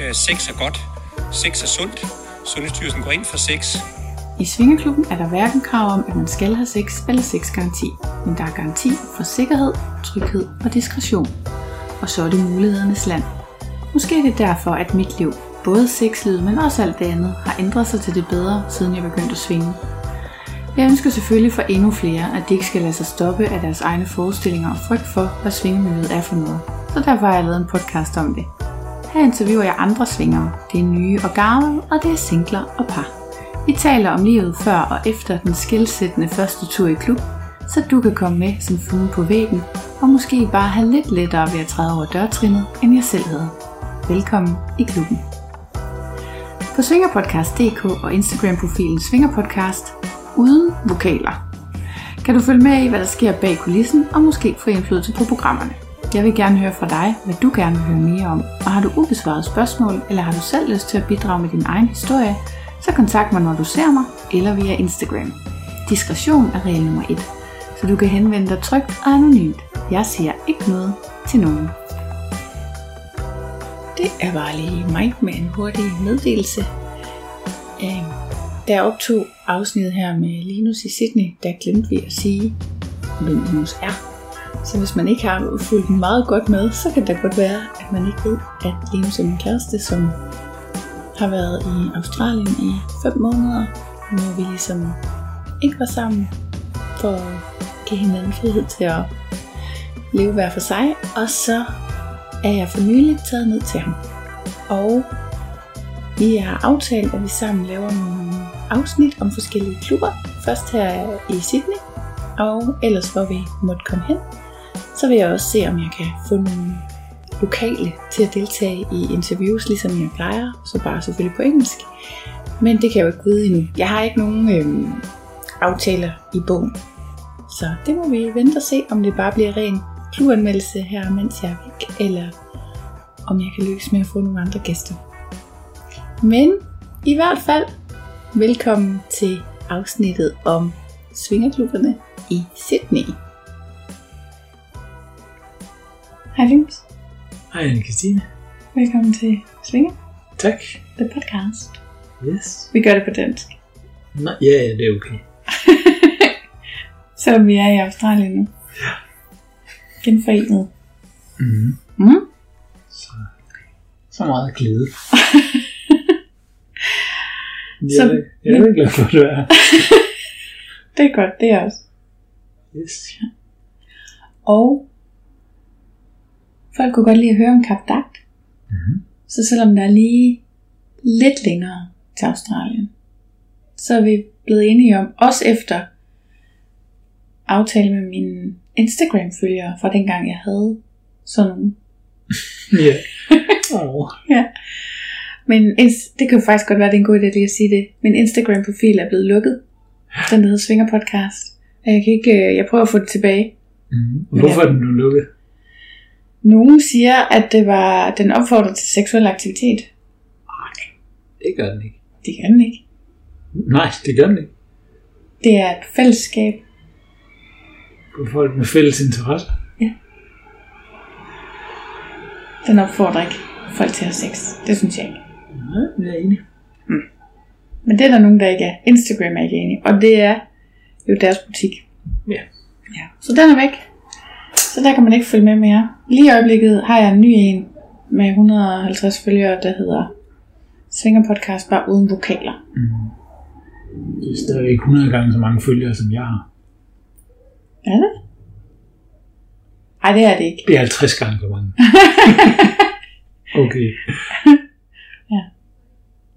Øh, sex er godt. Sex er sundt. Sundhedsstyrelsen går ind for sex. I Svingeklubben er der hverken krav om, at man skal have sex eller sexgaranti, men der er garanti for sikkerhed, tryghed og diskretion. Og så er det mulighedernes land. Måske er det derfor, at mit liv, både sexlivet, men også alt det andet, har ændret sig til det bedre, siden jeg begyndte at svinge. Jeg ønsker selvfølgelig for endnu flere, at de ikke skal lade sig stoppe af deres egne forestillinger og frygt for, hvad svingemiljøet er for noget. Så derfor har jeg lavet en podcast om det. Her interviewer jeg andre svingere. Det er nye og gamle, og det er singler og par. Vi taler om livet før og efter den skilsættende første tur i klub, så du kan komme med som flue på væggen, og måske bare have lidt lettere ved at træde over dørtrinnet, end jeg selv havde. Velkommen i klubben. På svingerpodcast.dk og Instagram-profilen Svingerpodcast uden vokaler. Kan du følge med i, hvad der sker bag kulissen, og måske få indflydelse på programmerne. Jeg vil gerne høre fra dig, hvad du gerne vil høre mere om, og har du ubesvarede spørgsmål, eller har du selv lyst til at bidrage med din egen historie, så kontakt mig, når du ser mig, eller via Instagram. Diskretion er regel nummer 1, så du kan henvende dig trygt og anonymt. Jeg siger ikke noget til nogen. Det er bare lige mig med en hurtig meddelelse. Øhm, Da jeg optog afsnittet her med Linus i Sydney, der glemte vi at sige, hvem Linus er. Så hvis man ikke har fulgt meget godt med, så kan det godt være, at man ikke ved, at Linus er min kæreste, som har været i Australien i 5 måneder, hvor vi ligesom ikke var sammen for at give hinanden frihed til at leve hver for sig. Og så er jeg for nylig taget ned til ham. Og vi har aftalt, at vi sammen laver nogle afsnit om forskellige klubber. Først her i Sydney, og ellers hvor vi måtte komme hen. Så vil jeg også se, om jeg kan få nogle lokale til at deltage i interviews, ligesom jeg plejer, så bare selvfølgelig på engelsk. Men det kan jeg jo ikke vide endnu. Jeg har ikke nogen øhm, aftaler i bogen. Så det må vi vente og se, om det bare bliver ren kluanmeldelse her, mens jeg er væk, eller om jeg kan lykkes med at få nogle andre gæster. Men i hvert fald, velkommen til afsnittet om svingerklubberne i Sydney. Hej Linus. Hej Anne-Kristine. Velkommen til Svinge, Tak. the podcast. Yes. Vi gør det på dansk, Nej, ja, ja, det er okay. selvom vi er i Australien nu. Genforenet. Mm. Mm. Så, så meget glæde. jeg, Så- så, jeg er glad for, at du er her. Det er godt, det er også. Yes. Og folk kunne godt lide at høre om Kap Dagt. Mhm. Så selvom der er lige lidt længere til Australien, så er vi blevet enige om, også efter aftale med mine Instagram-følgere fra dengang jeg havde sådan nogle Ja. Åh. Men ins- det kan jo faktisk godt være, at det er en god idé lige at sige det. Min Instagram-profil er blevet lukket. Den der hedder Svinger Podcast. Og Jeg, kan ikke, øh, jeg prøver at få det tilbage. Mm. Hvorfor er den nu lukket? Nogen siger, at det var, den opfordrer til seksuel aktivitet. Det gør den ikke. Det kan den ikke. Nej, det gør den ikke. Det er et fællesskab. For folk med fælles interesser. Den opfordrer ikke folk til at have sex. Det synes jeg ikke. Nej, jeg er enig. Men det er der nogen, der ikke er. Instagram er ikke enig. Og det er jo deres butik. Ja. ja. Så den er væk. Så der kan man ikke følge med mere. Lige i øjeblikket har jeg en ny en med 150 følgere, der hedder Svinger Podcast, bare uden vokaler. Mm. Det er stadigvæk 100 gange så mange følgere, som jeg har. Er det? Ej, det er det ikke. Det er 50 gange så mange. okay.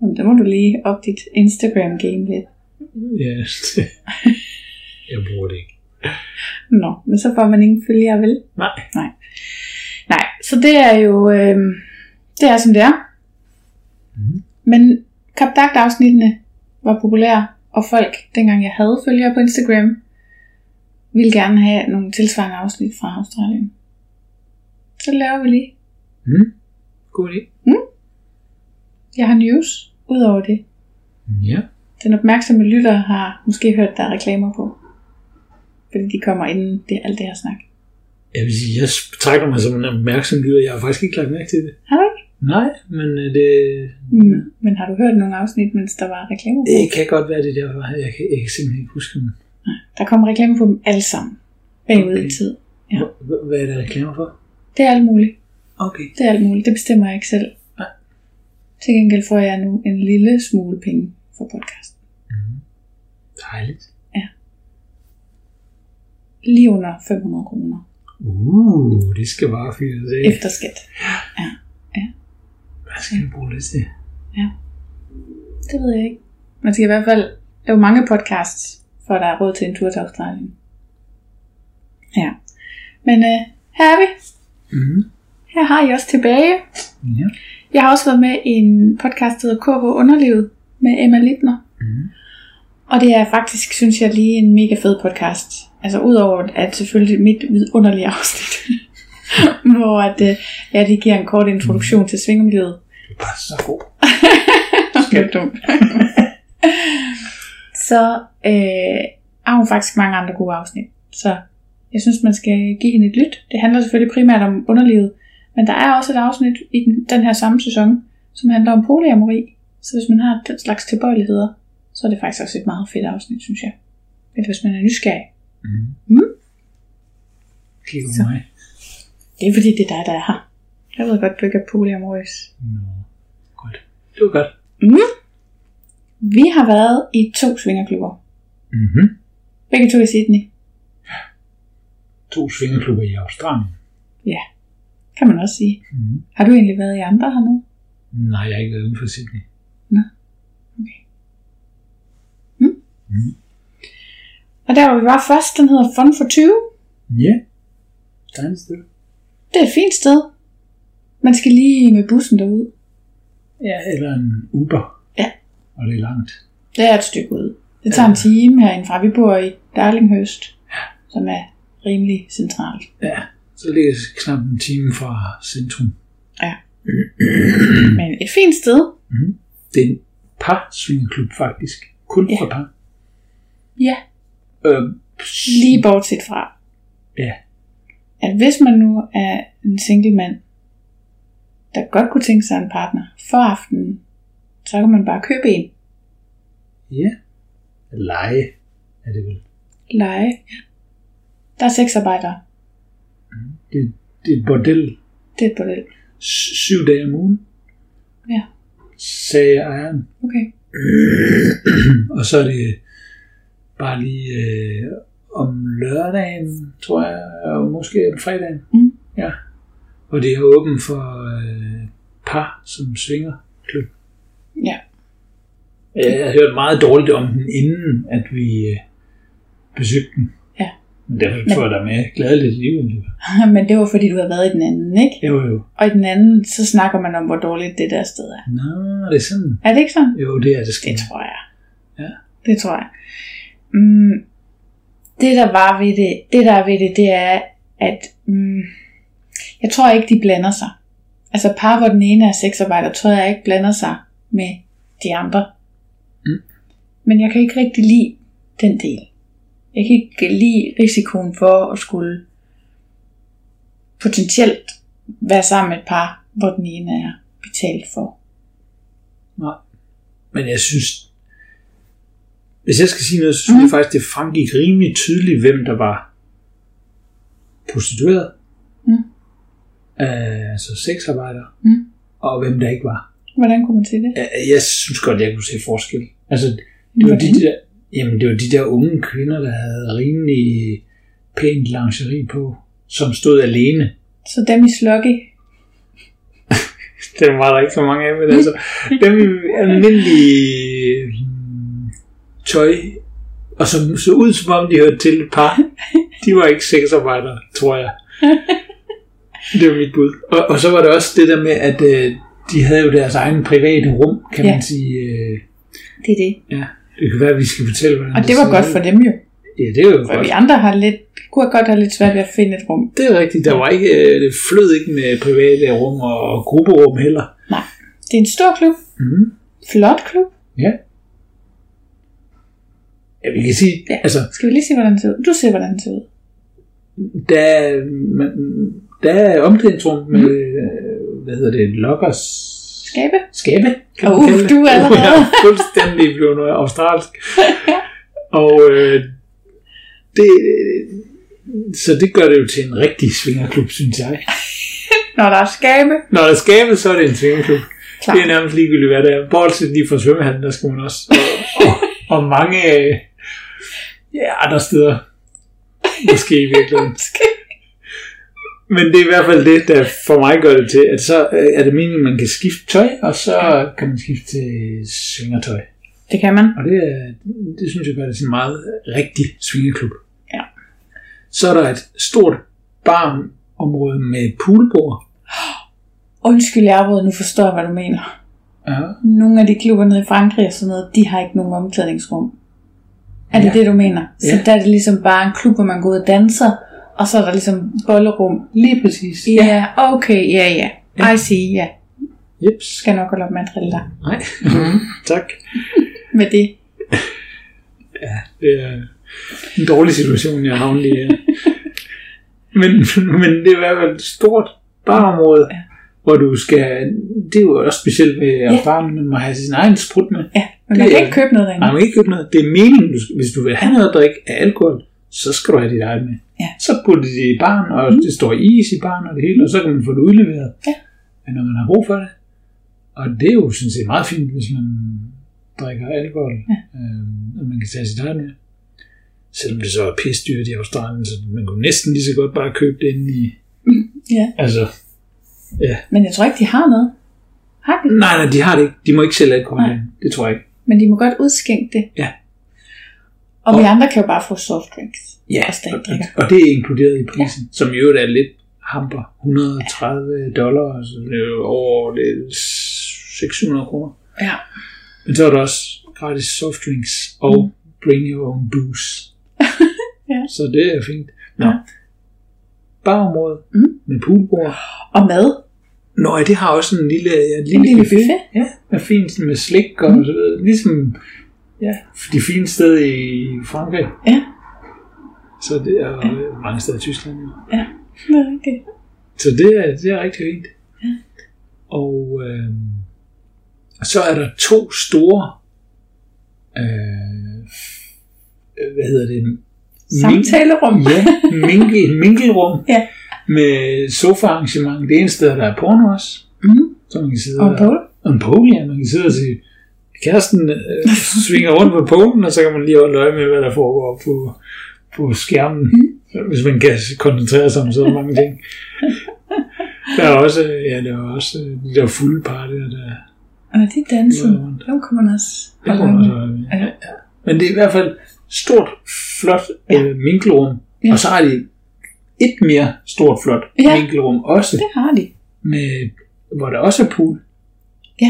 Jamen, der må du lige op dit Instagram-game lidt. Ja, det. jeg bruger det ikke. Nå, men så får man ingen følgere, vel? Nej. Nej, så det er jo, øh, det er som det er. Mhm. Men kapdagt afsnittene var populære, og folk, dengang jeg havde følgere på Instagram, ville gerne have nogle tilsvarende afsnit fra Australien. Så laver vi lige. Mm. God idé. Jeg har news ud over det. Hmm, Ja. Den opmærksomme lytter har måske hørt, der er reklamer på. Fordi de kommer inden det, alt det her snak. Jeg vil sige, jeg betragter mig som en opmærksom lytter. Jeg har faktisk ikke lagt mærke til det. Har du ikke? Nej, men øh, det, Mm. Men har du hørt nogle afsnit, mens der var reklamer på? det kan godt være, det er derfor. Jeg kan, jeg kan simpelthen ikke huske dem. Der kom reklamer på dem alle sammen. Bagud okay. i Okay. tid. Ja. Hvor- hvor- Hvad er der reklamer for? Det er alt muligt. Okay. Det er alt muligt. Det bestemmer jeg ikke selv. Nej. Til gengæld får jeg nu en lille smule penge for podcast. Dejligt. Lige under 500 kroner Uh, det skal bare fyres af. efter skat. Hvad skal jeg bruge det til? Det ved jeg ikke. Man skal i hvert fald lave mange podcasts, for at der er råd til en tur til Australien. Ja. Men øh, her er vi. Mm. Her har I også tilbage. Ja. Jeg har også været med i en podcast, der hedder KH Underlivet med Emma Littner. Mm. Og det er faktisk, synes jeg, lige en mega fed podcast. Altså udover at selvfølgelig mit vidunderlige afsnit, hvor at, øh, ja, de giver en kort introduktion til svingermiljøet. Det er bare så god. Det er dumt. så øh, har hun faktisk mange andre gode afsnit. Så jeg synes, man skal give hende et lyt. Det handler selvfølgelig primært om underlivet. Men der er også et afsnit i den, den her samme sæson, som handler om polyamori. Så hvis man har den slags tilbøjeligheder, så er det faktisk også et meget fedt afsnit, synes jeg. Eller hvis man er nysgerrig. Mm. Mm. Kig på Så. mig. Det er fordi, det er dig, der er her. Jeg ved godt, du ikke er polyamorøs. Nå, godt. Det var godt. Vi har været i to svingerklubber. Mm-hmm. Begge to i Sydney, To svingerklubber i Australien. kan man også sige. Mm. Har du egentlig været i andre hernede? Nej, jeg har ikke været uden for Sydney. Og der hvor vi var først, den hedder Fun for 20. Ja. Dejligt sted. Det er et fint sted. Man skal lige med bussen derud. Ja, eller en Uber. Ja. Og det er langt. Det er et stykke ud. Det tager en Ja. time herindefra. Vi bor i Darlinghurst, som er rimelig centralt. Ja. Så det er knap en time fra centrum. Men et fint sted. Det er en par svingerklub faktisk. Kun Ja. for par. Ja. Øh, Lige bortset fra, Ja. at hvis man nu er en single mand, der godt kunne tænke sig en partner for aftenen, så kan man bare købe en. Ja. Leje er det vel. Leje. Der er sexarbejdere. Det, det er et bordel. Det er et bordel. S- syv dage om ugen. Ja. Sagde ejeren. Okay. og så er det bare lige øh, om lørdagen, tror jeg, og måske om fredagen. Mm. Ja. Og det er åbent for øh, par, som svinger klub. Ja. Jeg har hørt meget dårligt om den, inden at vi øh, besøgte den. Ja. Men derfor tog jeg dig med glædeligt alligevel. Men det var fordi, du havde været i den anden, ikke? Jo, jo. Og i den anden, så snakker man om, hvor dårligt det der sted er. Nå, det er sådan. Er det ikke sådan? Jo, det er det Det skal. tror jeg. Ja. Det tror jeg. Mm, det der var ved det, det der er ved det, det er, at mm, jeg tror ikke, de blander sig. Altså par, hvor den ene er sexarbejder, tror jeg ikke blander sig med de andre. Mm. Men jeg kan ikke rigtig lide den del. Jeg kan ikke lide risikoen for at skulle potentielt være sammen med et par, hvor den ene er betalt for. Nej. Men jeg synes, hvis jeg skal sige noget, så synes mm. jeg faktisk, det fremgik rimelig tydeligt, hvem der var prostitueret, Mm. øh, altså sexarbejder, Mm. og hvem der ikke var. Hvordan kunne man se det? Jeg, jeg synes godt, jeg kunne se forskel. Altså, det var, de der, jamen, det var de der unge kvinder, der havde rimelig pænt lingerie på, som stod alene. Så dem i sluggy. Dem var der ikke så mange af, men altså, dem almindelige hmm, tøj, og som så ud som om, de hørte til et par, de var ikke sexarbejdere, tror jeg. Det var mit bud. Og, og så var der også det der med, at øh, de havde jo deres egen private rum, kan Ja. man sige. Øh, Det er det. ja, det kan være, at vi skal fortælle, hvordan Og det var ser godt ud. for dem jo. Ja, det var jo For godt. vi andre har lidt, kunne godt have lidt svært ved at finde et rum. Det er rigtigt. Der var ikke, øh, det flød ikke med private rum og grupperum heller. Nej. Det er en stor klub. Mm. Flot klub. Ja. Ja, vi kan sige, Ja. ja. altså, Skal vi lige se, hvordan det ser ud? Du ser, hvordan det ser ud. der, er- man, der er omklædningsrum med mm. hvad hedder det, lokkers Skabe? skabe. man Åh, uh, kalde det? du er allerede- Jeg er fuldstændig blevet australsk. Og øh, det, øh, så det gør det jo til en rigtig svingerklub, synes jeg. Når der er skabe, Når der skabes, så er det en svingerklub. Klar. Det er nærmest ligegyldigt, hvad det er. Bortset lige fra svømmehallen, der skal man også. Og, og, og mange øh, ja, andre steder. Måske i virkeligheden. Men det er i hvert fald det, der for mig gør det til, at så øh, er det meningen, at man kan skifte tøj, og så kan man skifte til svingertøj. det kan man. Og det, er- det synes jeg gør det til en meget rigtig svingeklub. Ja. Så er der et stort barområde med poolbord. Undskyld, jeg afbryder, nu forstår jeg, hvad du mener. Ja. Nogle af de klubber nede i Frankrig og sådan noget, de har ikke nogen omklædningsrum. Er det Ja. det, du mener? Så Ja. der er det ligesom bare en klub, hvor man går ud og danser, og så er der ligesom bollerum. Lige præcis. Ja, okay, ja, ja. Ja. I see, ja. Jeps. Skal nok holde op med at drille dig Nej. tak. med det. Det er en dårlig situation, jeg havner i her. men, men det er i hvert fald et stort barområde, Ja. ja. hvor du skal... Det er jo også specielt ved at Ja. ja. barmen, man må have sin egen sprut med. Ja, men Det man kan er- ikke købe noget derinde. Nej, man kan ikke købe noget. Det er meningen, du, skal- hvis du vil have noget at drikke af alkohol, så skal du have dit eget med. Ja. Så putter de det i baren, og mm. det står is i baren og det hele, og så kan man få det udleveret, Ja. når man har brug for det. Og det er jo sådan set meget fint, hvis man drikker alkohol, ja. øh, at man kan tage sit eget med. Selvom det så er pisdyrt i Australien, så man kunne næsten lige så godt bare købe det inde i... ja. Altså, Men jeg tror ikke, de har noget. Har de? nej, nej, de har det ikke. De må ikke sælge alkohol. Nej. Nej. Det tror jeg ikke. Men de må godt udskænke det. Ja. Og vi Og- andre kan jo bare få softdrinks. Ja, Og stadig og, drikker. og det er inkluderet i prisen, ja. som i øvrigt er lidt hamper. 130 dollar, så det er jo over det er 600 kroner. Ja. Men så er der også gratis softdrinks og mm. bring your own booze. Ja. Så det er fint. Nå. Ja. Ja. Barområde Mm. med poolbord. Og mad. Nå, ja, det har også en lille, ja, en En lille, lille buffet. Ja, med fint sådan med slik og mm. så videre. Ligesom ja, de fine steder i Frankrig. Ja. Så det er ja. mange steder i Tyskland. Jo. Det er rigtigt. Så det er, det er rigtig fint. Og øh, så er der to store, øh, øh, hvad hedder det? Min- Samtalerum. Ja, minkel, minkelrum Ja. med sofaarrangement. Det ene sted, der er porno også. Mm. Så man kan sidde Og på. og en pole, ja. Man kan sidde og sige, kæresten øh, svinger rundt på polen, og så kan man lige holde øje med, hvad der foregår på, på skærmen. Hmm. Hvis man kan koncentrere sig om så mange ting. Der er også, øh, ja, der er også øh, de der fulde partier, der Og de danser. Ja. Dem kunne man også der holde kunne man øje også med. holde øje med. Ja. Men det er i hvert fald stort, flot Ja. øh, minkelrum. Ja. Og så har de et mere stort, flot Ja. minkelrum også, Det har de. med, hvor der også er pool Det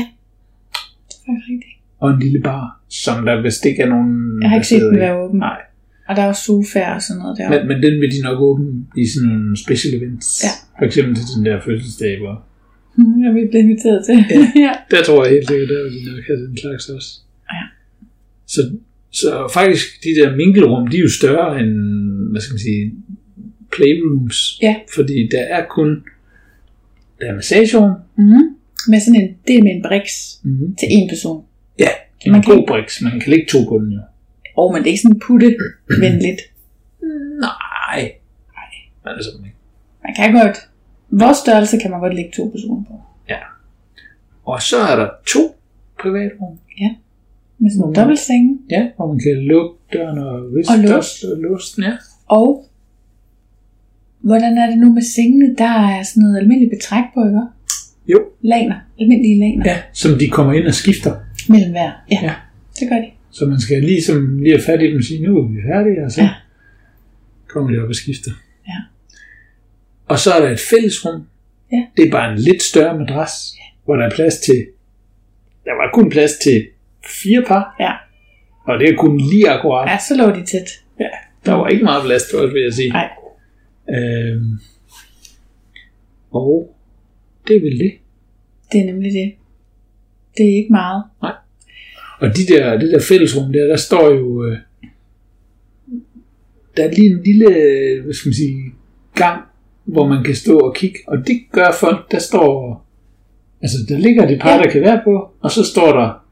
er rigtigt. og en lille bar, som der vist ikke er nogen... Jeg har ikke set der den sidder i. være åben. Nej. Og der er også sofaer og sådan noget der. Men, men den vil de nok åbne i sådan nogle special events. Ja. For eksempel til den der fødselsdag, hvor... Mm, jeg vil blive inviteret til. Ja. ja. Der tror jeg helt sikkert, der vil de nok have den slags også. Ja. Så, så faktisk, de der minkelrum, de er jo større end, hvad skal man sige, playrooms. Ja. Fordi der er kun, der er massagerum, Mm. Med sådan en, det er med en briks mm-hmm. til en person. en Man man kan- god briks, man kan lægge to på den jo. Og men det er ikke sådan putte venligt. Mm, Nej. Nej, altså, man Man kan godt. Vores størrelse kan man godt lægge to personer på. Og så er der to privatrum. Med sådan en Mhm. dobbeltsenge. Ja, hvor man kan lukke døren og riste Og låse. døren og låse den. Ja. Og hvordan er det nu med sengene? Der er sådan noget almindeligt betræk på, ikke? Jo. Laner. Almindelige laner. ja, som de kommer ind og skifter. Mellem hver. Ja. Ja. Det gør de. Så man skal ligesom lige have fat i dem og sige, nu er vi færdige, og så Ja. ja. kommer de op og skifter. Ja. Og så er der et fællesrum. Ja. Det er bare en lidt større madras, ja. hvor der er plads til, der var kun plads til fire par, Ja. og det er kun lige akkurat. Ja, så lå de tæt. Der var ikke meget plads til os, vil jeg sige. Nej. Øhm, og det er vel det. Det er nemlig det. Det er ikke meget. Og de der, det der fællesrum der, der står jo... Øh, der er lige en lille øh, hvad skal man sige, gang, hvor man kan stå og kigge. Og det gør folk, der står Altså, der ligger de par, Ja. der kan være på, og så står der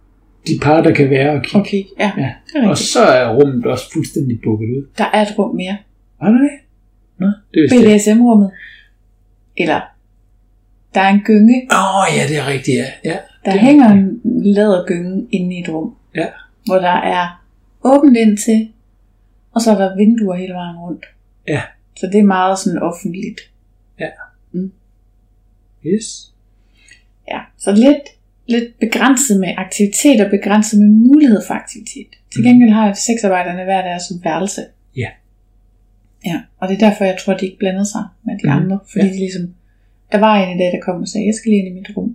de par, der kan være og kigge. Okay, ja. Ja. Det er Og rigtigt. så er rummet også fuldstændig bukket ud. Der er et rum mere. Var det det? Nå, det vidste jeg. ikke. BDSM-rummet. Eller, der er en gynge. Åh, oh, ja, det er rigtigt, ja. ja. Der Det er hænger en lædergynge inde i et rum. Ja. Hvor der er åbent ind til, og så er der vinduer hele vejen rundt. Ja. Så det er meget sådan offentligt. Yes. Ja. Så lidt, lidt begrænset med aktivitet og begrænset med mulighed for aktivitet. Til Mhm. gengæld har sexarbejderne hver deres værelse. Ja. Ja, og det er derfor, jeg tror, de ikke blandede sig med de Mhm. andre. Fordi Ja. de ligesom, der var en i dag, der kom og sagde, jeg skal lige ind i mit rum.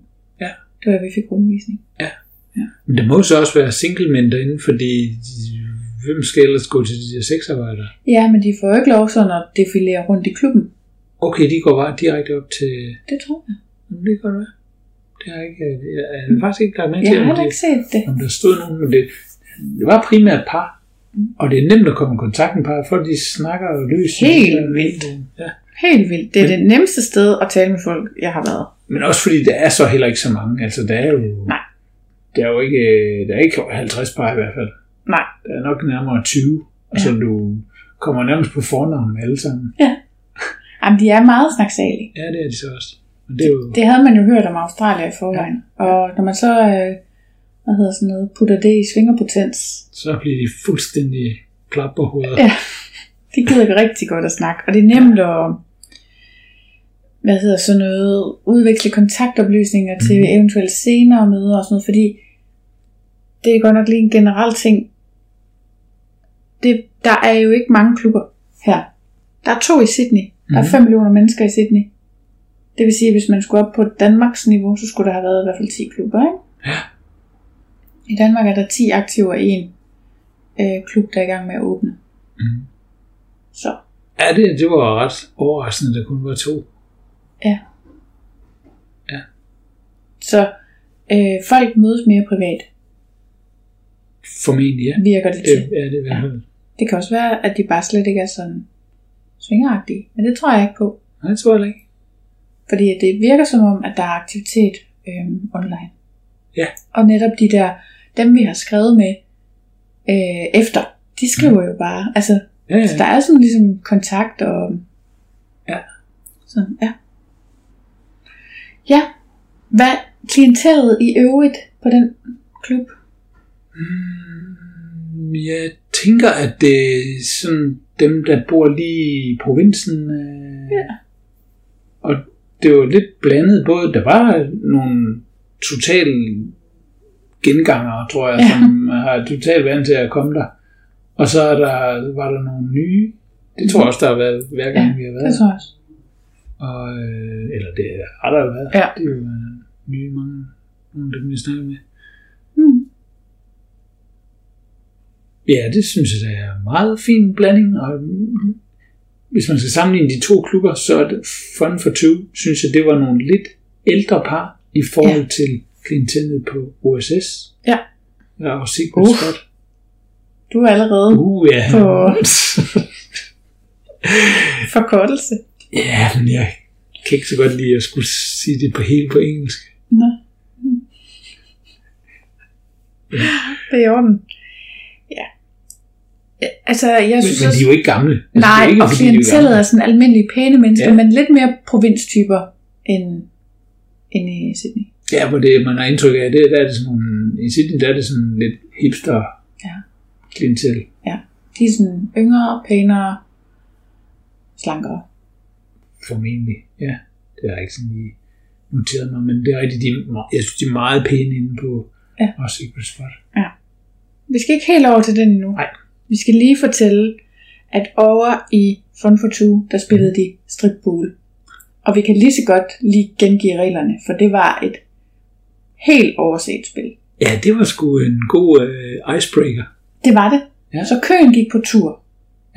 Ja. Det var, da vi fik rundvisning. Men der må så også være singlemænd derinde, fordi de- hvem skal ellers gå til de der sexarbejdere? Ja, men de får jo ikke lov sådan at defilere rundt i klubben. Okay, de går bare direkte op til... Det tror jeg. Jamen, det kan godt være. Det har jeg ikke... Jeg har faktisk ikke lagt mærke Jeg til, har om heller det, ikke set det. om der stod nogen, men det, det var primært par. Og det er nemt at komme i kontakt med par, for de snakker og løs. Helt vildt. Ja. Helt vildt. Det er det nemmeste sted at tale med folk, jeg har været. Men også fordi der er så heller ikke så mange. Altså, der er jo... Nej. Der er jo ikke, der er ikke 50 par i hvert fald. Nej. Der er nok nærmere 20. Og Ja. så du kommer nærmest på fornavn med alle sammen. Jamen, de er meget snaksalige. Ja, det er de så også. Men det er jo... Det havde man jo hørt om Australien i forvejen. Ja. Og når man så, øh, hvad hedder sådan noget, putter det i svingerpotens, så bliver de fuldstændig klapperhoveder. Ja. de gider ikke rigtig godt at snakke. Og det er nemt at, hvad hedder sådan noget, udveksle kontaktoplysninger mm. til Mhm. eventuelle senere møder og sådan noget, fordi det er godt nok lige en generel ting. Det, der er jo ikke mange klubber her. Der er to i Sydney. Der er Mhm. 5 millioner mennesker i Sydney. Det vil sige, at hvis man skulle op på Danmarks niveau, så skulle der have været i hvert fald 10 klubber, ikke? I Danmark er der 10 aktive og en øh, klub, der er i gang med at åbne. Mhm. Så Ja, det, det var ret overraskende, at der kun var to. Så øh, folk mødes mere privat, Formentlig, ja. virker det Det til. er det i hvert fald. Det kan også være, at de bare slet ikke er sådan svingeragtige, men det tror jeg ikke på. Nej, det tror jeg ikke. Fordi at det virker som om, at der er aktivitet øh, online. Ja. Og netop de der, dem vi har skrevet med øh, efter, de skriver jo bare. Altså, Ja, ja. så der ja. er sådan ligesom kontakt og... Ja. Sådan, ja. Ja, hvad klientellet i øvrigt på den klub? Mm, Jeg tænker, at det er sådan dem, der bor lige i provinsen. øh, Ja. Og det var lidt blandet. Både der var nogle totale genganger, tror jeg, Ja. som har totalt vant til at komme der. Og så er der, var der nogle nye. Det tror jeg også, der har været hver gang, Ja, vi har været Det tror jeg også. Og, øh, eller det har der jo været. Ja. Det er jo øh, nye mange, nogle af dem, vi snakker med. Mm. Ja, det synes jeg, der er en meget fin blanding. Og mm, hvis man skal sammenligne de to klubber, så er det Fun for Two, synes jeg, det var nogle lidt ældre par i forhold ja. til klientellet på OSS. Ja. Ja, og Secret Uf. Uf. Spot. Du er allerede Uh, ja. på Uh. forkortelse. ja, men jeg kan ikke så godt lide at skulle sige det på helt på engelsk. Nå. Det er i orden. Ja. Ja, Altså, jeg Men, synes men de også... er jo ikke gamle. Altså, det er Nej, jo ikke, og fordi de er klientellet gamle. er sådan almindelige pæne mennesker, Ja. men lidt mere provinstyper end, end i Sydney. Ja, hvor det, man har indtryk af, det, der er det sådan nogle, i Sydney, der er det sådan lidt hipster Ja. klientel. De er sådan yngre, pænere, slankere. formentlig. Ja, det har jeg ikke sådan lige noteret mig, men det er rigtigt, de, er me- jeg synes, de er meget pæne inde på Ja. også Secret Spot. Vi skal ikke helt over til den endnu. Nej. Vi skal lige fortælle, at over i Fun for Two, der spillede de stripbool. Og vi kan lige så godt lige gengive reglerne, for det var et helt overset spil. Ja, det var sgu en god øh, icebreaker. Det var det. Ja. Så køen gik på tur.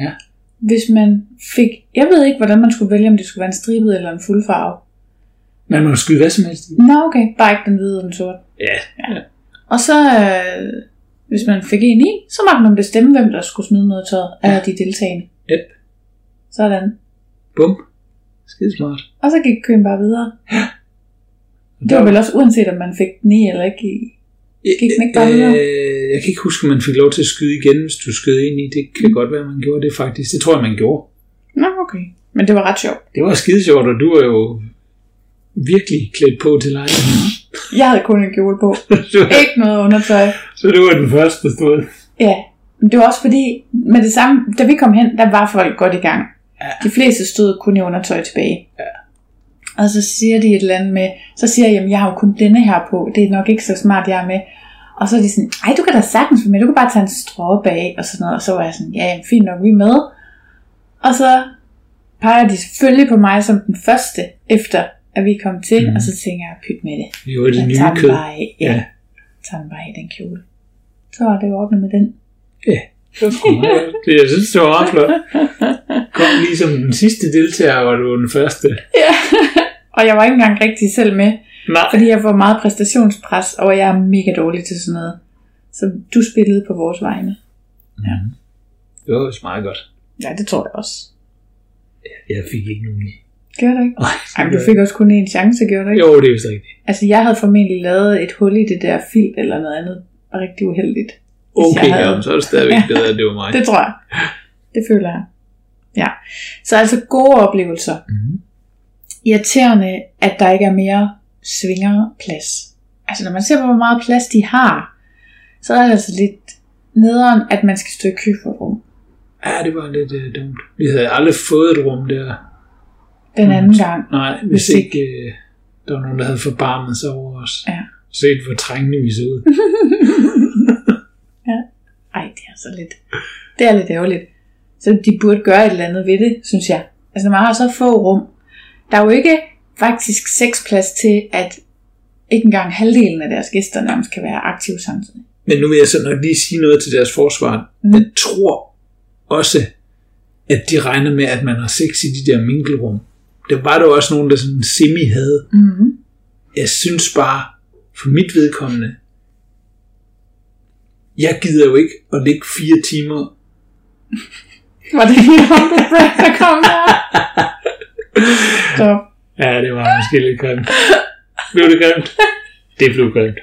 Ja. Hvis man fik... Jeg ved ikke, hvordan man skulle vælge, om det skulle være en stribet eller en fuldfarve. Man må skyde hvad som helst. i. Nå okay, bare ikke den hvide og den sorte. Ja, Og så, øh, hvis man fik en i, så måtte man bestemme, hvem der skulle smide noget tøj af de deltagende. Yep. Sådan. bum. Skide smart. Og så gik køen bare videre. Så Det var vel også uanset, om man fik den i eller ikke i. Gik den ikke bare videre? øh, jeg kan ikke huske, om man fik lov til at skyde igen, hvis du skød ind i. Det kan mm. godt være, man gjorde det faktisk. Det tror jeg, man gjorde. Nå, okay. Men det var ret sjovt. Det var skide sjovt, og du var jo virkelig klædt på til lejligheden. Jeg havde kun en kjole på. Så det var- Ikke noget undertøj. så det var den første, der stod. Ja, men det var også fordi, med det samme, da vi kom hen, der var folk godt i gang. Ja. De fleste stod kun i undertøj tilbage. Ja. Og så siger de et eller andet med, så siger jeg, jamen jeg har jo kun denne her på, det er nok ikke så smart, jeg er med. Og så er de sådan, ej du kan da sagtens være med, du kan bare tage en strå bag, og sådan noget. Og så var jeg sådan, ja jamen, fint nok, vi er med. Og så peger de selvfølgelig på mig som den første, efter at vi kom til, Mhm. mm. og så tænker jeg, pyt med det. Det var det Jeg nye tager den kød. bare af, ja. Ja. ja. tager den bare af den kjole. Så var det jo ordnet med den. Det var sgu meget godt. Det- Jeg synes, det var ret flot. Kom ligesom den sidste deltager, og du var den første. Ja. og jeg var ikke engang rigtig selv med, Nej. fordi jeg får meget præstationspres, og jeg er mega dårlig til sådan noget. Så du spillede på vores vegne. Ja. Det var også meget godt. Ja, det tror jeg også. Jeg fik ikke nogen i. Gjorde du ikke? Ej, Ej, men du fik også kun én chance, gjorde du ikke? Jo, det er vist rigtigt. Altså, jeg havde formentlig lavet et hul i det der filt eller noget andet, og rigtig uheldigt. Hvis Okay, jeg havde- jamen, så er det stadigvæk bedre, at det var mig. Det tror jeg. Det føler jeg. Ja. Så altså gode oplevelser. Mhm. irriterende, at der ikke er mere svingerplads. Altså når man ser på, hvor meget plads de har, så er det altså lidt nederen, at man skal stå i kø for et rum Ja, det var lidt øh, dumt. Vi havde aldrig fået et rum der. den Mm. anden gang. Nej, hvis Hvis ikke øh, der var nogen, der havde forbarmet sig over os. Ja. Set, hvor trængende vi så ud. Ej, det er så lidt. Det er lidt ærgerligt. Så de burde gøre et eller andet ved det, synes jeg. Altså når man har så få rum, der er jo ikke faktisk seks plads til, at ikke engang halvdelen af deres gæster nærmest kan være aktive samtidig. Men nu vil jeg så nok lige sige noget til deres forsvar. Mm. Jeg tror også, at de regner med, at man har sex i de der minkelrum. Der var der jo også nogen, der sådan semi havde. Mm-hmm. Jeg synes bare, for mit vedkommende, jeg gider jo ikke at ligge fire timer. Var det en humble break, der kom der? Stop. Ja, det var måske lidt grimt. Blev det grimt? Det blev grimt.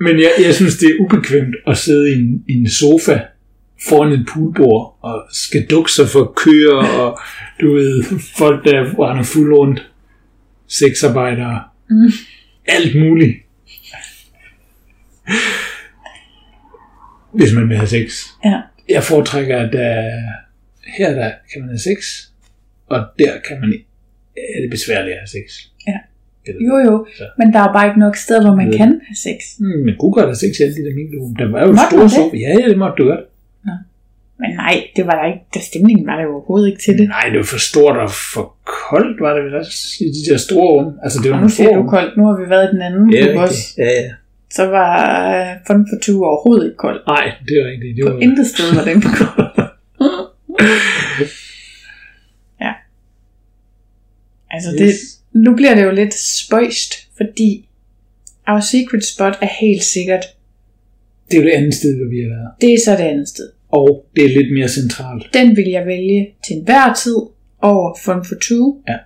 Men jeg, jeg synes, det er ubekvemt at sidde i en, i en sofa foran et poolbord og skal dukke sig for køer og du ved, folk, der render fuld rundt, sexarbejdere, mm. alt muligt. Hvis man vil have sex. Ja. Jeg foretrækker, at der, her der kan man have sex, og der kan man er det besværligt at have sex. Ja. Eller, Jo jo, Så. men der er bare ikke nok steder, hvor man Ja. kan have sex. Mm, man kunne godt have sex i alle de der minkelrum. Der var jo Måtte store man det? sofa. Ja, ja, det måtte du godt. Men nej, det var der ikke. Der stemningen var der jo overhovedet ikke til det. Nej, det var for stort og for koldt, var det vel også i de der store rum. Altså, det var Og nu nogle siger store du rum. koldt, nu har vi været i den anden Ja, klub også. rigtigt. ja, ja. Så var øh, Fun for Two overhovedet ikke koldt. Nej, det er rigtigt. Det På var... intet sted var den kold. ja. Altså det, Yes. nu bliver det jo lidt spøjst, fordi Our Secret Spot er helt sikkert, Det er jo det andet sted, hvor vi har været. det er så det andet sted. Og det er lidt mere centralt. den vil jeg vælge til enhver tid over Fun for Two. Ja.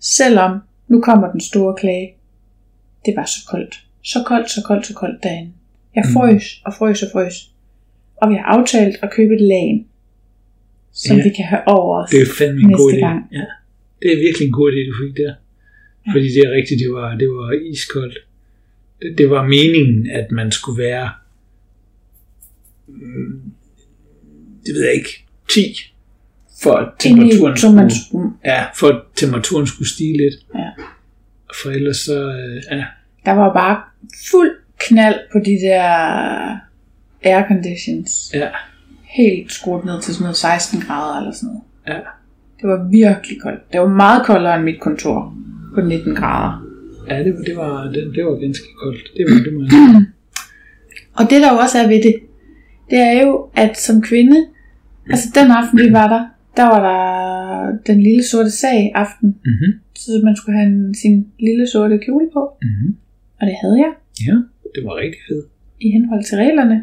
Selvom nu kommer den store klage. Det var så koldt. Så koldt, så koldt, så koldt derinde. Jeg Mm. frøs og frøs og frøs. Og vi har aftalt at købe et lagen, som Ja. ja. vi kan have over os. Det er fandme en god Næste idé. gang. Ja. Det er virkelig en god idé, du fik der. Fordi det er rigtigt, det var, det var iskoldt. Det, det var meningen, at man skulle være, mm, det ved jeg ikke, 10, for at Inde i, temperaturen, som man skulle, skulle, ja, for at temperaturen skulle stige lidt. Ja. For ellers så, øh, ja, der var bare fuld knald på de der airconditions. ja, Helt skruet ned til sådan noget 16 grader eller sådan noget. ja. Det var virkelig koldt. Det var meget koldere end mit kontor på 19 grader. Ja, det, det, var, det, det var ganske koldt. Det, var- det må jeg sige. Mm. Og det der jo også er ved det, det er jo, at som kvinde, altså den aften vi var der, der var der den lille sorte sag aften, Mhm, så man skulle have en, sin lille sorte kjole på, mhm. og det havde jeg Ja, det var rigtig fedt. i henhold til reglerne.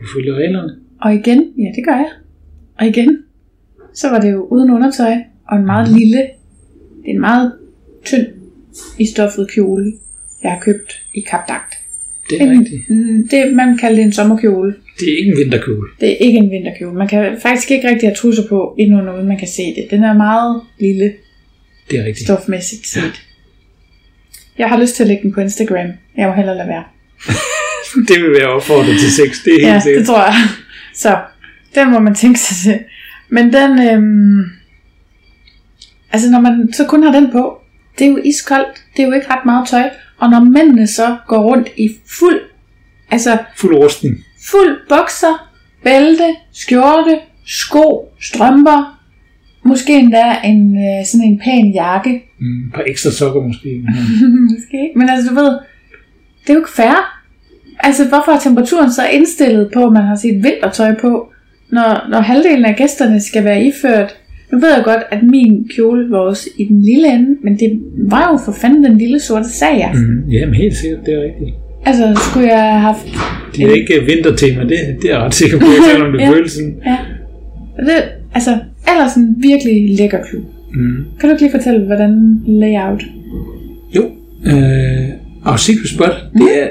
Du følger reglerne. Og igen, ja det gør jeg, og igen, så var det jo uden undertøj, og en meget lille, det er en meget tynd i stoffet kjole, jeg har købt i Kapdagt. Mm, Det er rigtigt. Det, man kalder det en sommerkjole. Det er ikke en vinterkjole. Det er ikke en vinterkjole. Man kan faktisk ikke rigtig have trusser på endnu, uden man kan se det. Den er meget lille Det er rigtigt. stofmæssigt set. Jeg har lyst til at lægge den på Instagram. Jeg må hellere lade være. Det vil være opfordret til sex, det er helt Ja, det sikkert. tror jeg. Så, den må man tænke sig til. Men den, øhm, altså når man så kun har den på, det er jo iskoldt, det er jo ikke ret meget tøj. Og når mændene så går rundt i fuld, altså Fuld rusten. fuld bukser, bælte, skjorte, sko, strømper, måske endda en, øh, sådan en pæn jakke, Mm, et par ekstra sokker måske. Mm. Måske ikke. Men altså, du ved, det er jo ikke fair. Altså, hvorfor er temperaturen så indstillet på, at man har sit vintertøj på, når, når halvdelen af gæsterne skal være iført? Nu ved jeg godt, at min kjole var også i den lille ende, men det var jo for fanden den lille sorte sag, jeg. Mm, jamen helt sikkert, det er rigtigt. Altså, skulle jeg have haft... Det er ikke øh, vintertema, det, det er jeg ret sikker på, selvom det Ja. føles sådan. Ja. Og Det, altså, ellers en virkelig lækker klub. Mm. Kan du ikke lige fortælle, hvordan layout? Jo. Øh, og Secret Spot, det er,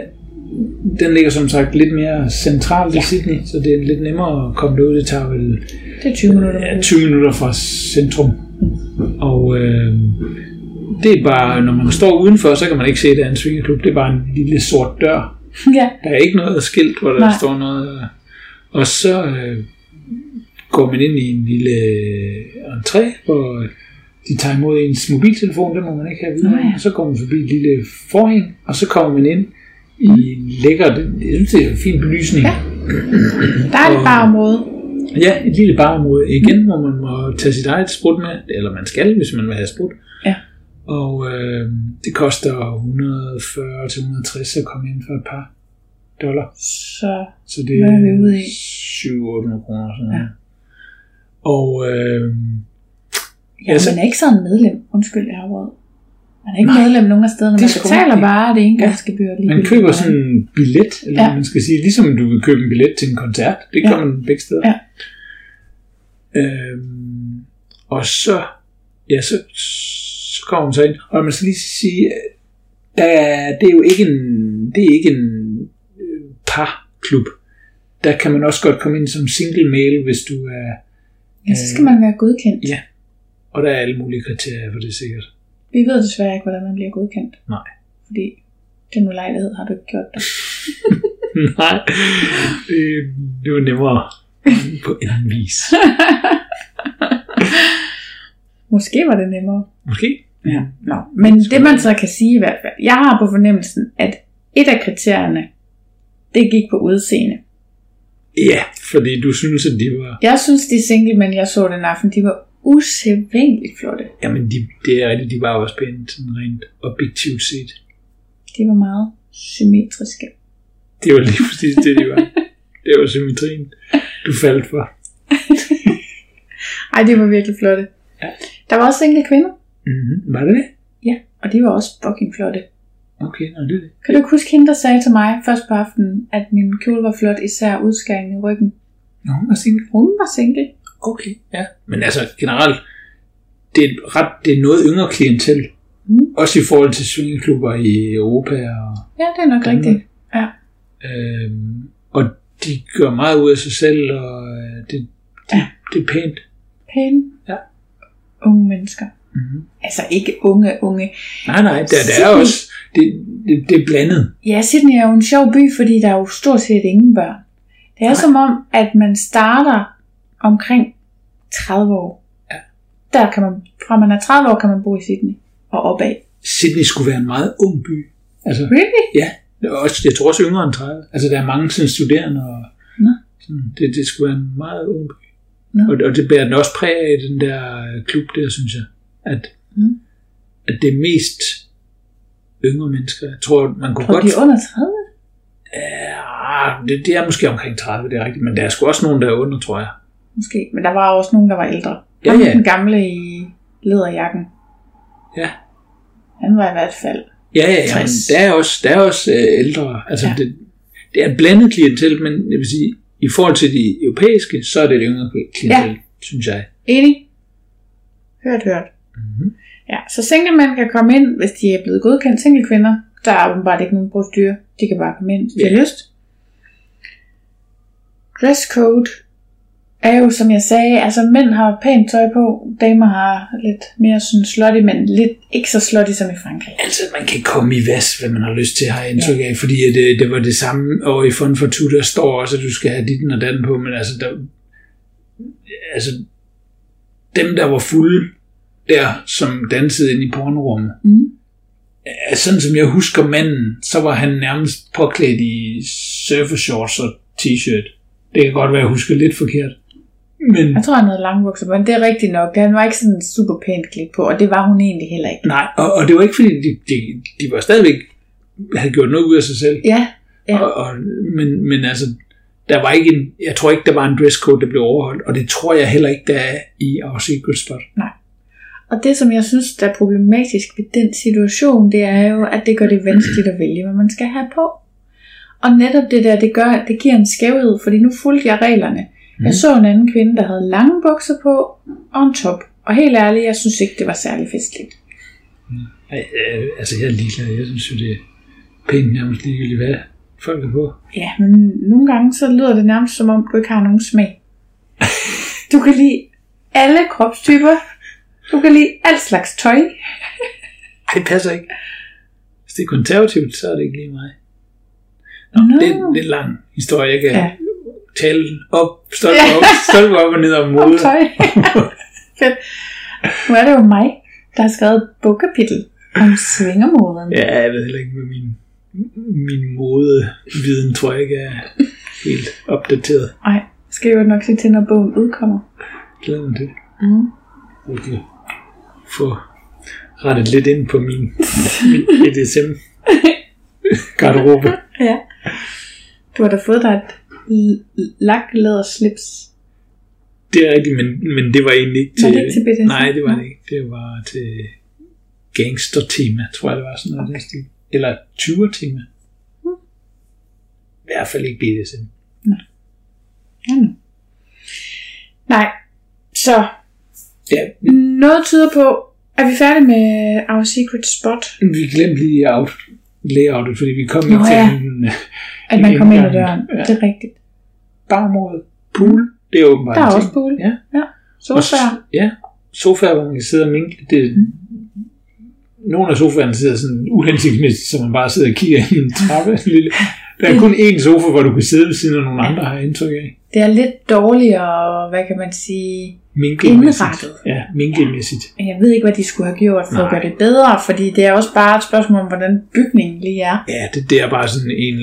den ligger som sagt lidt mere centralt ja. i Sydney, så det er lidt nemmere at komme derud. Det tager vel Det er 20 minutter. ja, 20 minutter fra centrum. Og øh, det er bare, når man står udenfor, så kan man ikke se, at det er en svingerklub. Det er bare en lille sort dør. ja. Der er ikke noget skilt, hvor der Nej. Nej. står noget. øh. Og så øh, går man ind i en lille øh, entré, hvor de tager imod ens mobiltelefon, det må man ikke have videre. Nå ja. Og Så går man forbi et lille forhæng, og så kommer man ind i en lækker, jeg synes det er en fin belysning. Ja. Der er det bare område. Ja, et lille barområde igen, mm. hvor man må tage sit eget sprut med, eller man skal, hvis man vil have sprut. Ja. Og øh, det koster 140-160 at komme ind for et par dollar. Så Så det Hvad er vi ude i? 700-800 kroner. og Sådan Ja. noget. Og øh, Ja, Altså- man er ikke sådan medlem. Undskyld, jeg har råd. Man er ikke Nej, medlem nogen af stederne. det er Man sgu betaler rigtigt. bare det engangsgebyr. Ja, man køber sådan en billet, eller Ja. ja. man skal sige, ligesom du vil købe en billet til en koncert. Det gør Ja. ja. man begge steder. Ja. Øhm, og så, ja, så, så kommer man så ind. Og man skal lige sige, at der, er- det er jo ikke en, det er ikke en øh, parklub. Der kan man også godt komme ind som single male, hvis du er, Ja, så øh, skal man være godkendt. Ja. og der er alle mulige kriterier for det sikkert. Vi ved desværre ikke, hvordan man bliver godkendt. Nej. Fordi den ulejlighed har du ikke gjort dig. Nej, øh, det var nemmere på en vis. Måske var det nemmere. Måske. Ja. Nå. Men det man så kan sige i hvert fald, jeg har på fornemmelsen, at et af kriterierne, det gik på udseende. Ja, fordi du synes, at de var... Jeg synes, de single mænd, jeg så den aften, de var usædvanligt flotte. Jamen, de, det er rigtigt, de var også pæne, sådan rent objektivt set. De var meget symmetriske. Det var lige præcis det, de var. det var symmetrien, du faldt for. Ej, det var virkelig flotte. Ja. Der var også enkelte kvinder, Mm-hmm. Var det det? ja, og de var også fucking flotte. Okay, nå, det er det. Kan du ikke huske hende, der sagde til mig først på aftenen, at min kjole var flot, især udskæringen i ryggen? Nå, hun var single. Hun var single. Okay, ja. Men altså, generelt, det er, et ret, det er noget yngre klientel. Mm. Også i forhold til svingeklubber i Europa og Ja, det er nok Danmark. rigtigt. Ja. Øhm, og de gør meget ud af sig selv, og øh, det, det, Ja. ja. det er pænt. Pæne. Ja. Unge mennesker. Mm-hmm. Altså ikke unge, unge. Nej, nej, der, der er Sydney. også, det, det, det er blandet. Ja, Sydney er jo en sjov by, fordi der er jo stort set ingen børn. Det er Nej. som om, at man starter omkring 30 år. Ja. Der kan man, fra man er 30 år, kan man bo i Sydney og opad. Sydney skulle være en meget ung by. Altså, Really? ja, det er også, jeg tror også yngre end 30. Altså, der er mange sådan, studerende, og Nå. sådan, det, det skulle være en meget ung by. Nå. Og, og det bærer den også præg af, den der øh, klub der, synes jeg. At, Mm. at det er mest yngre mennesker. Jeg tror, man kunne Tror godt de er under 30? Ja, det, det er måske omkring 30, det er rigtigt. Men der er sgu også nogen, der er under, tror jeg. Måske. Men der var også nogen, der var ældre. Ja, Ham, ja. Den gamle i lederjakken. Ja. Han var i hvert fald. Ja, ja, ja men 60. der er også, der er også øh, ældre. Altså, Ja. ja. det, det er et blandet klientel, men jeg vil sige, i forhold til de europæiske, så er det et yngre klientel, ja. synes jeg. Mhm. Enig? Hørt, hørt. Mm-hmm. Ja, så singlemænd kan komme ind, hvis de er blevet godkendt singlekvinder. Der er åbenbart ikke nogen procedur. De kan bare komme ind, hvis de har lyst. Dresscode er jo, som jeg sagde, altså mænd har pænt tøj på, damer har lidt mere sådan slutty, men lidt ikke så slutty som i Frankrig. Altså, man kan komme i vas, hvad man har lyst til, har jeg indtryk af, fordi at, øh, det var det samme, og i Fun for Two, der står også, at du skal have ditten og datten på, men altså, der, altså, dem, der var fulde der, som dansede ind i pornorummet, Mm. er sådan som jeg husker manden, så var han nærmest påklædt i surfershorts og t-shirt. Det kan godt være, at jeg husker lidt forkert. Men Jeg tror, han havde lange bukser, på, men det er rigtigt nok. Han var ikke sådan super pænt klædt på, og det var hun egentlig heller ikke. nej, og, og det var ikke fordi, de, de, de var stadigvæk, havde gjort noget ud af sig selv. Ja, Ja. Og, og, men, men altså, der var ikke en, jeg tror ikke, der var en dresscode, der blev overholdt, og det tror jeg heller ikke, der er i Our Secret Spot. og det som jeg synes, der er problematisk ved den situation, det er jo, at det gør det vanskeligt at vælge, hvad man skal have på. Og netop det der, det, gør, det giver en skævhed, fordi nu fulgte jeg reglerne. Mm. Jeg så en anden kvinde, der havde lange bukser på og en top. Og helt ærligt, jeg synes ikke, det var særlig festligt. Ej, øh, Altså, jeg er ligeglad. Jeg synes jo, det er pænt nærmest ligegyldigt, hvad folk er på. Ja, men nogle gange så lyder det nærmest som om, du ikke har nogen smag. Du kan lide alle kropstyper. Du kan lide alt slags tøj. Ej, det passer ikke. Hvis det er konservativt, så er det ikke lige mig. Nå, Nå. no. det, er en lidt lang historie. Jeg kan Ja. ja. tale op, stolpe Ja. op, stolpe op og ned om Om mode. tøj. Fedt. Nu er det jo mig, der har skrevet bogkapitel om svingermoden. Ja, jeg ved heller ikke, hvad min, min modeviden tror jeg ikke er helt opdateret. Nej, jeg skal jo nok se til, når bogen udkommer. glæder mig til. Mm. Vi kan få rettet lidt ind på min, min BDSM garderobe. Ja. Du har da fået dig et l- l- laklæderslips. Det er rigtigt, men, men det var egentlig ikke Var til... det ikke til BDSM? Nej, det var det ikke. Det var til gangster-tema, tror jeg, det var sådan noget. Okay. Stil. Eller 20'er-tema. I hvert fald ikke BDSM. Mm. Nej, så Ja, Noget tyder på, at vi er færdige med Our Secret Spot, vi glemte lige out, layoutet, fordi vi kom ikke Nå til ja. en øh, at man Inden kommer ind ad gangen. døren. Ja. Det er rigtigt. bagområde. Pool, det er åbenbart Der er en ting. også pool. Ja. Sofaer. Mm. Og s- Ja, sofaer, hvor man kan sidde og minkle. Det, nogle af sofaerne sidder sådan uhensigtsmæssigt, så man bare sidder og kigger i en trappe. Lille- Der er kun én sofa, hvor du kan sidde ved siden af nogle andre, har jeg indtryk af. Det er lidt dårligere, hvad kan man sige, Minkelmæssigt. indrettet. Ja, minkelmæssigt. Men Jeg ved ikke, hvad de skulle have gjort for Nej. at Nej. gøre det bedre, fordi det er også bare et spørgsmål om, hvordan bygningen lige er. Ja, det, det er bare sådan en,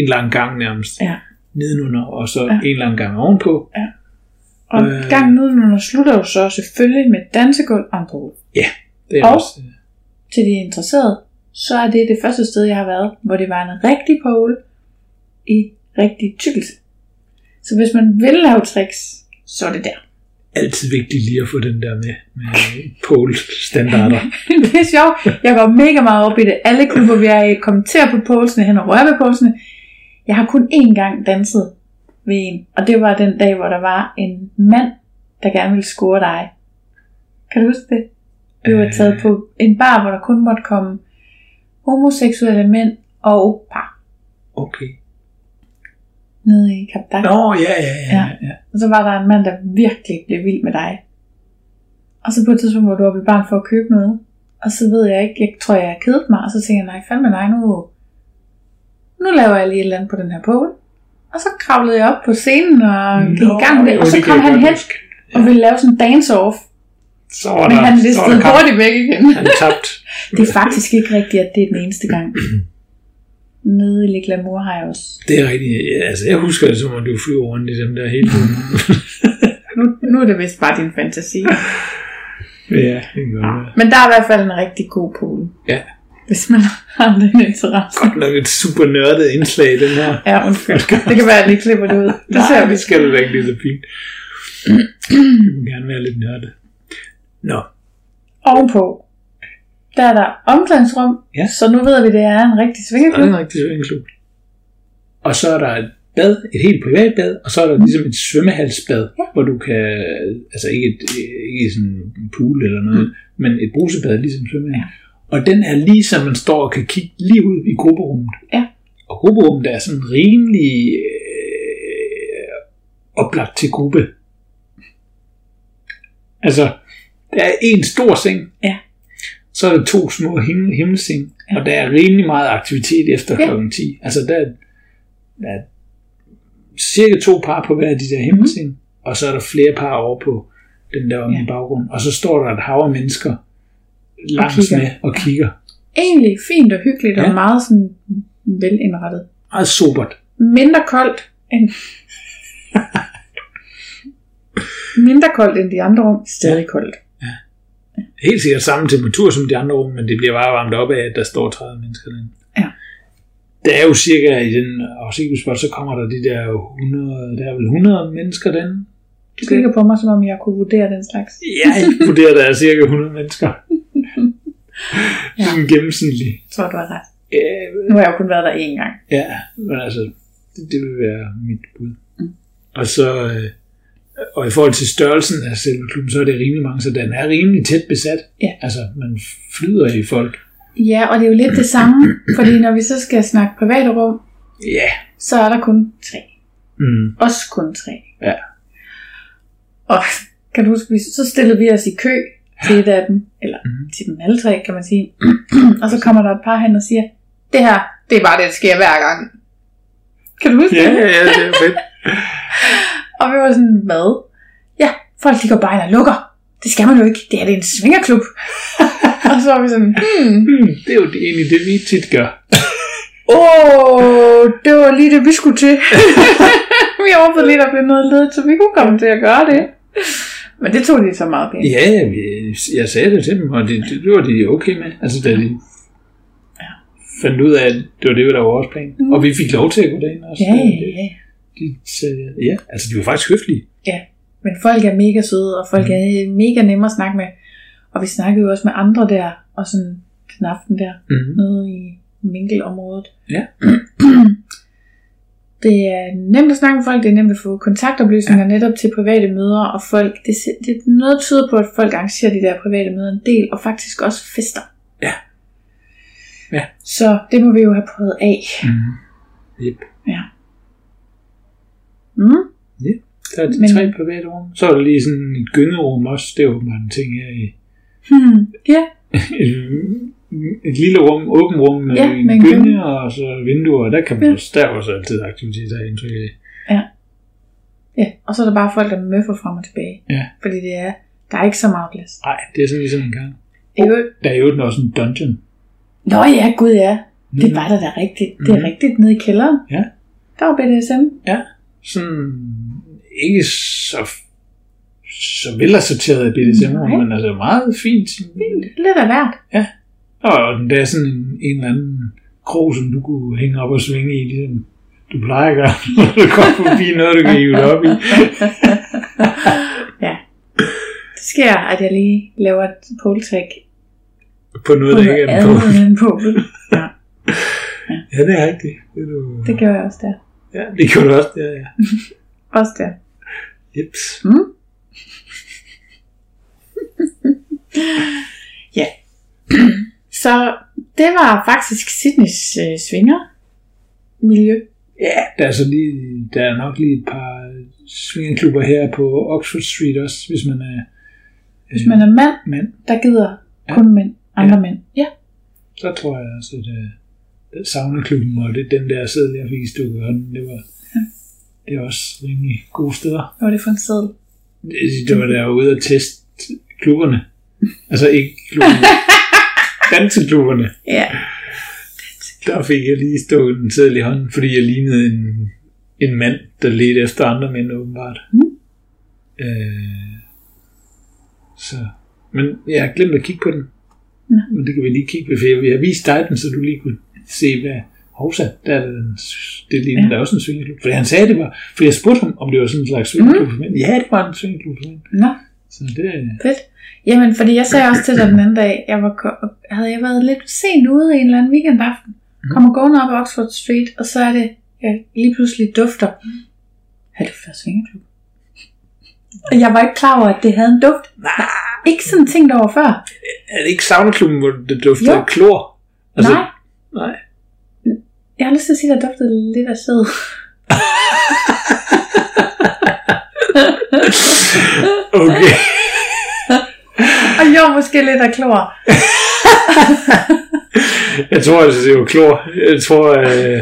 en lang gang nærmest. Ja. Nedenunder, og så Ja. en lang gang ovenpå. Og øh. Øh. gangen nedenunder slutter jo så selvfølgelig med et dansegulv og en pool. Det er Og- også, øh, Til de interesserede, så er det det første sted, jeg har været, hvor det var en rigtig pole i rigtig tykkelse. Så hvis man vil lave tricks, så er det der. altid vigtigt lige at få den der med, med pole-standarder. det er sjovt. Jeg går mega meget op i det. Alle klubber, vi er i, kommenterer på polsene hen og rører ved polsene. Jeg har kun én gang danset ved en, og det var den dag, hvor der var en mand, der gerne ville score dig. Kan du huske det? Vi var taget på en bar, hvor der kun måtte komme homoseksuelle mænd og par Okay. nede i Kap Dak. Nå, ja, ja, ja. Ja. ja. ja. Og så var der en mand, der virkelig blev vild med dig. Og så på et tidspunkt var du oppe i barn for at købe noget. Og så ved jeg ikke, jeg tror, jeg har kedet mig. Og så tænker jeg, nej, fandme nej, nu, nu laver jeg lige et eller andet på den her pole. Og så kravlede jeg op på scenen og gik i gang med det. jo, Og så kan kom jeg han godt hen huske. og ville lave sådan en dance-off. Så var Men der, han så var listede der kamp. hurtigt væk igen. Han tabt. Det er faktisk ikke rigtigt, at det er den eneste gang. Nede i Le Glamour har jeg også. Det er rigtigt. Ja, altså, jeg husker det, som om du flyver rundt i dem der hele tiden. Nu, nu er det vist bare din fantasi. ja, det kan godt være. Men der er i hvert fald en rigtig god pool. Ja. Hvis man har den interesse. Godt nok et super nørdet indslag, den her. Ja, undskyld. Det kan være, at jeg lige klipper det ud. Det ser Nej, vi. det skal du da ikke lige så fint. Du må gerne være lidt nørdet. Nå, Ovenpå, der er der omklædningsrum. Ja. Så nu ved vi, det er en rigtig der er svingeklub. en rigtig svingeklub. Og så er der et bad, et helt privat bad, og så er der ligesom et svømmehalsbad, ja. hvor du kan, altså ikke, et, ikke sådan en pool eller noget, mm. men et brusebad, ligesom svømmehal. Ja. Og den er lige så man står og kan kigge lige ud i grupperummet. Ja. Og grupperummet er sådan rimelig øh, oplagt til gruppe. Altså, der er en stor seng, Ja. så er der to små himmel, himmelseng, Ja. ja. og der er rimelig meget aktivitet efter Ja. ja. kl. 10. Altså der er, der er cirka to par på hver af de der himmelseng, mm. og så er der flere par over på den der Mhm. Ja. ja. baggrund, og så står der et hav af mennesker langs kigger. med og kigger. Egentlig fint og hyggeligt ja. og Ja. meget sådan velindrettet. Meget sobert. Mindre koldt end... Mindre koldt end de andre rum. Stadig koldt. Helt sikkert samme temperatur som de andre rum, men det bliver bare varmt op af, at der står 30 mennesker derinde. Ja. Der er jo cirka i den Aarhus så kommer der de der 100, der er vel 100 mennesker derinde. Du kigger på mig, som om jeg kunne vurdere den slags. Jeg vurderer, der er cirka 100 mennesker. Ja. ja. Sådan gennemsnitlig. Jeg tror, du har ret. Ja, Nu har jeg jo kun været der én gang. ja, men altså, det, det vil være mit bud. Og så, øh, og i forhold til størrelsen af selve klubben, så er det rimelig mange, så den er rimelig tæt besat. Ja. Altså, man flyder i folk. Ja, og det er jo lidt det samme, fordi når vi så skal snakke private rum, Ja. så er der kun tre. Mm. Også kun tre. Ja. Og kan du huske, vi- så stillede vi os i kø til et af dem, eller Mhm. til dem alle tre, kan man sige. og så kommer der et par hen og siger, det her, det er bare det, der sker hver gang. Kan du huske Ja, det? ja, ja, det er fedt. Og vi var sådan, hvad? Ja, folk de går bare ind og lukker. Det skal man jo ikke. Det her det er en svingerklub. og så var vi sådan, hmm, Mm, det er jo det, egentlig det, vi tit gør. Åh, oh, det var lige det, vi skulle til. vi håbede lidt, at der blev noget ledet, så vi kunne komme til at gøre det. Men det tog de så meget pænt. Ja, vi- jeg sagde det til dem, og det, det, det var de okay med. Altså, da de fandt ud af, at det var det, der var vores plan. Mm. Mm. Og vi fik lov til at gå derind også. Ja, Det- ja, det- ja. De, sagde, ja, altså, de var faktisk høflige. Men folk er mega søde, og folk er mega nemme at snakke med. Og vi snakkede jo også med andre der, og sådan den aften der, Mm. nede i minkelområdet. Ja. Det er nemt at snakke med folk, det er nemt at få kontaktoplysninger ja. netop til private møder, og folk, det, det noget tyder på, at folk arrangerer de der private møder en del, og faktisk også fester. Ja. Ja. Så det må vi jo have prøvet af. Mm. Yep. Mm. Der er de Men- Men... tre private rum. Så er der lige sådan et gyngerum også. Det er jo bare en ting her i Hmm. Ja, et, et lille rum, åbent rum med Ja, ja, en med en gynge gynge. og så vinduer. Der kan man Ja. ja. der er også altid aktiviteter, har jeg indtryk af. ja. Og så er der bare folk, der møffer frem og tilbage. Ja. Fordi det er, der er ikke så meget plads. Nej, det er sådan ligesom en gang. Oh. Jo, Der er jo den også en dungeon. Nå ja, gud ja. Det var der da rigtigt. Det er Mhm. rigtigt nede i kælderen. Mm. Ja. Der var BDSM. sådan ikke så, så velassorteret BDSM, Nej. men altså meget fint. Fint. Lidt af hvert. Og der er sådan en, en eller anden krog, som du kunne hænge op og svinge i, ligesom du plejer at gøre, når du kommer forbi noget, du kan hive dig op i. Det sker, at jeg lige laver et poletrick På noget, på der noget ikke er en andet på. end en pole. Ja, Ja, det er rigtigt. Det, er du... det gør jeg også der. ja, det gjorde du også, der, ja. Også der. Jeps. Så det var faktisk Sydneys øh, svinger miljø. Ja, der er, så lige, der er nok lige et par svingerklubber her på Oxford Street også, hvis man er Hvis man er mand, mand. der gider Ja. kun mænd, andre mænd. Ja, så tror jeg også, at uh, saunaklubben og det, den der sædel, jeg fik i stukket i hånden, det var, det var også rimelig gode steder. hvad var det for en sædel? Det, det var der ude at teste klubberne. Altså ikke klubberne. Danseklubberne. Ja. Der fik jeg lige stukket en sædel i hånden, fordi jeg lignede en, en mand, der ledte efter andre mænd åbenbart. Mm. Øh, så. Men jeg har glemt at kigge på den. Nå. Men det kan vi lige kigge på, for jeg har vist dig den, så du lige kunne se, hvad Hovsa, der er den, det ligner Ja. ja. der er også en svingeklub. Fordi han sagde det var, for jeg spurgte ham, om det var sådan en slags svingeklub. Mm. Ja, det var en svingeklub. for mænd. Nå, Så det er fedt. Jamen, fordi jeg sagde også til dig den anden dag, jeg var, ko- Mhm. havde jeg været lidt sent ude en eller anden weekendaften, kommer gående op ad Oxford Street, og så er det, øh, lige pludselig dufter. Har du været svingerklub? Og jeg var ikke klar over, at det havde en duft. Nej, Ikke sådan tænkt over før. er det ikke savneklubben, hvor det dufter Jo. af klor? Altså, nej, nej. jeg har lyst til at sige, at der duftede lidt af sæd. Okay. Og jo, måske lidt af klor. Jeg tror altså, det var klor. Jeg tror, øh,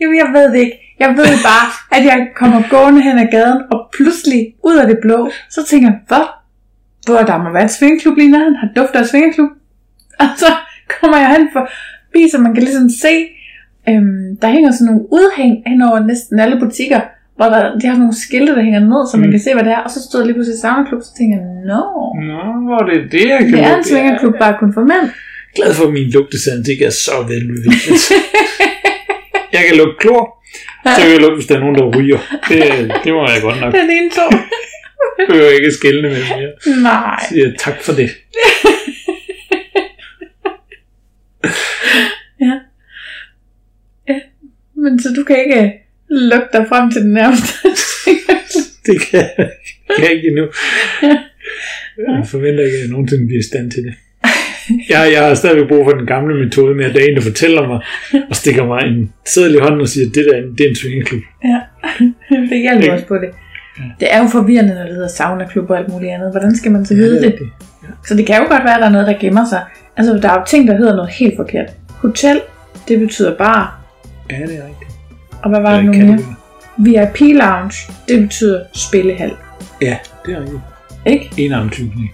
Jamen, jeg ved det ikke. Jeg ved bare, at jeg kommer gående hen ad gaden, og pludselig, ud af det blå, så tænker jeg, hvor? Hvor der må være en svingeklub lige i nærheden, har dufter af svingeklub. Og så kommer jeg hen for bil, så man kan ligesom se, øhm, der hænger sådan nogle udhæng hen over næsten alle butikker, hvor der, de har sådan nogle skilte, der hænger ned, så man Mm. kan se, hvad det er. Og så stod der lige pludselig samme klub, så tænker jeg, nå, nå, hvor er det det, jeg kan det er altså en lugte. svingerklub bare kun for mænd. Jeg er glad for, at min lugtesans ikke er så veludviklet. jeg kan lugte klor, så kan jeg lugte, hvis der er nogen, der ryger. Det, det må jeg godt nok. Det er det ene to. Jeg behøver ikke at skælne med mere. Nej. Så siger jeg, tak for det. Men så du kan ikke øh, lukke dig frem til den nærmeste Det kan jeg, kan jeg ikke endnu. Jeg forventer ikke, at jeg nogensinde bliver i stand til det. Jeg, jeg har stadigvæk brug for den gamle metode med, at der er en, der fortæller mig, og stikker mig en sædel i hånden og siger, det der det er en svingeklub. Det hjælper også på det. Det er jo forvirrende, når det hedder saunaklub og alt muligt andet. Hvordan skal man så vide det? Så det kan jo godt være, at der er noget, der gemmer sig. Altså, der er jo ting, der hedder noget helt forkert. Hotel, det betyder bar. Ja, det er rigtigt. Og hvad var det nu kan mere? det være. VIP lounge, det betyder spillehal. Ja, det er rigtigt. Ikke? En armtykning.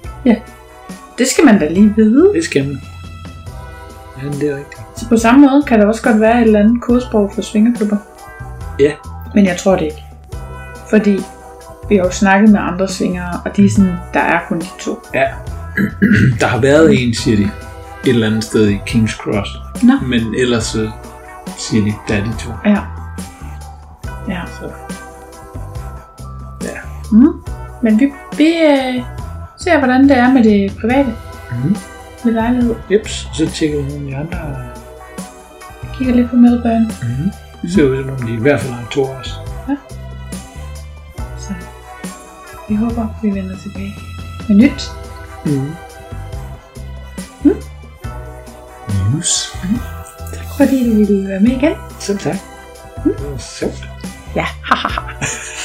Det skal man da lige vide. Det skal man. Ja, det er rigtigt. Så på samme måde kan der også godt være et eller andet kodsprog for svingerklubber. Ja. Men jeg tror det ikke. Fordi vi har jo snakket med andre svingere, og de er sådan, der er kun de to. Ja. der har været en, siger de, et eller andet sted i King's Cross. Nå. Men ellers så siger de, der er de to. Ja. Ja. Så. Ja. Mm. Men vi, vi øh, ser, hvordan det er med det private. Mhm. Med lejlighed. Jeps, så tjekker vi nogle af de andre. Kigger lidt på medbørn. Mm-hmm. Ser ud som om de i hvert fald har to års. Så vi håber, vi vender tilbage med nyt. Mhm. Mm-hmm. Mm. Mhm. News. Tak fordi du ville være med igen. Selv tak. Det var sjovt. Ja, haha.